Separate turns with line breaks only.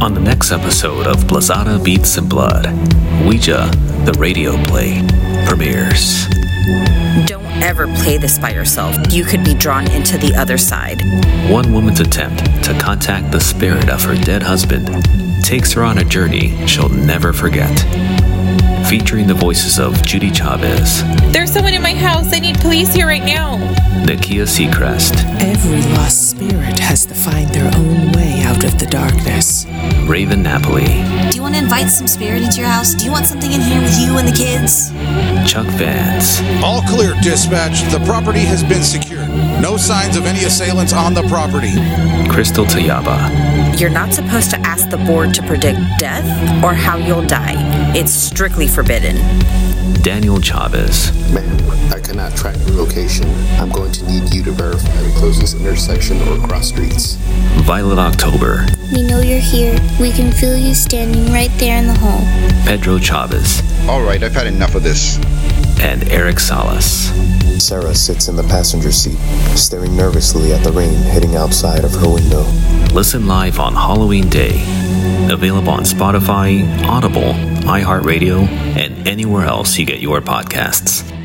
on the next episode of Blazada Beats and Blood, Ouija, the radio play, premieres.
Don't ever play this by yourself. You could be drawn into the other side.
One woman's attempt to contact the spirit of her dead husband takes her on a journey she'll never forget. Featuring the voices of Judy Chavez,
There's someone in my house. I need police here right now.
Nakia Seacrest,
Every lost spirit has to find their own way out of the darkness.
Raven Napoli,
Do you want to invite some spirit into your house? Do you want something in here with you and the kids?
Chuck Vance,
All clear, dispatch. The property has been secured. No signs of any assailants on the property.
Crystal Tayaba,
You're not supposed to ask the board to predict death or how you'll die. It's strictly forbidden.
Daniel Chavez,
Ma'am, I cannot track your location. I'm going to need you to verify the closest intersection or cross streets.
Violet October,
We know you're here. We can feel you standing right there in the hall.
Pedro Chavez,
All right, I've had enough of this.
and Eric Salas.
Sarah sits in the passenger seat, staring nervously at the rain hitting outside of her window.
Listen live on Halloween Day. Available on Spotify, Audible, iHeartRadio, and anywhere else you get your podcasts.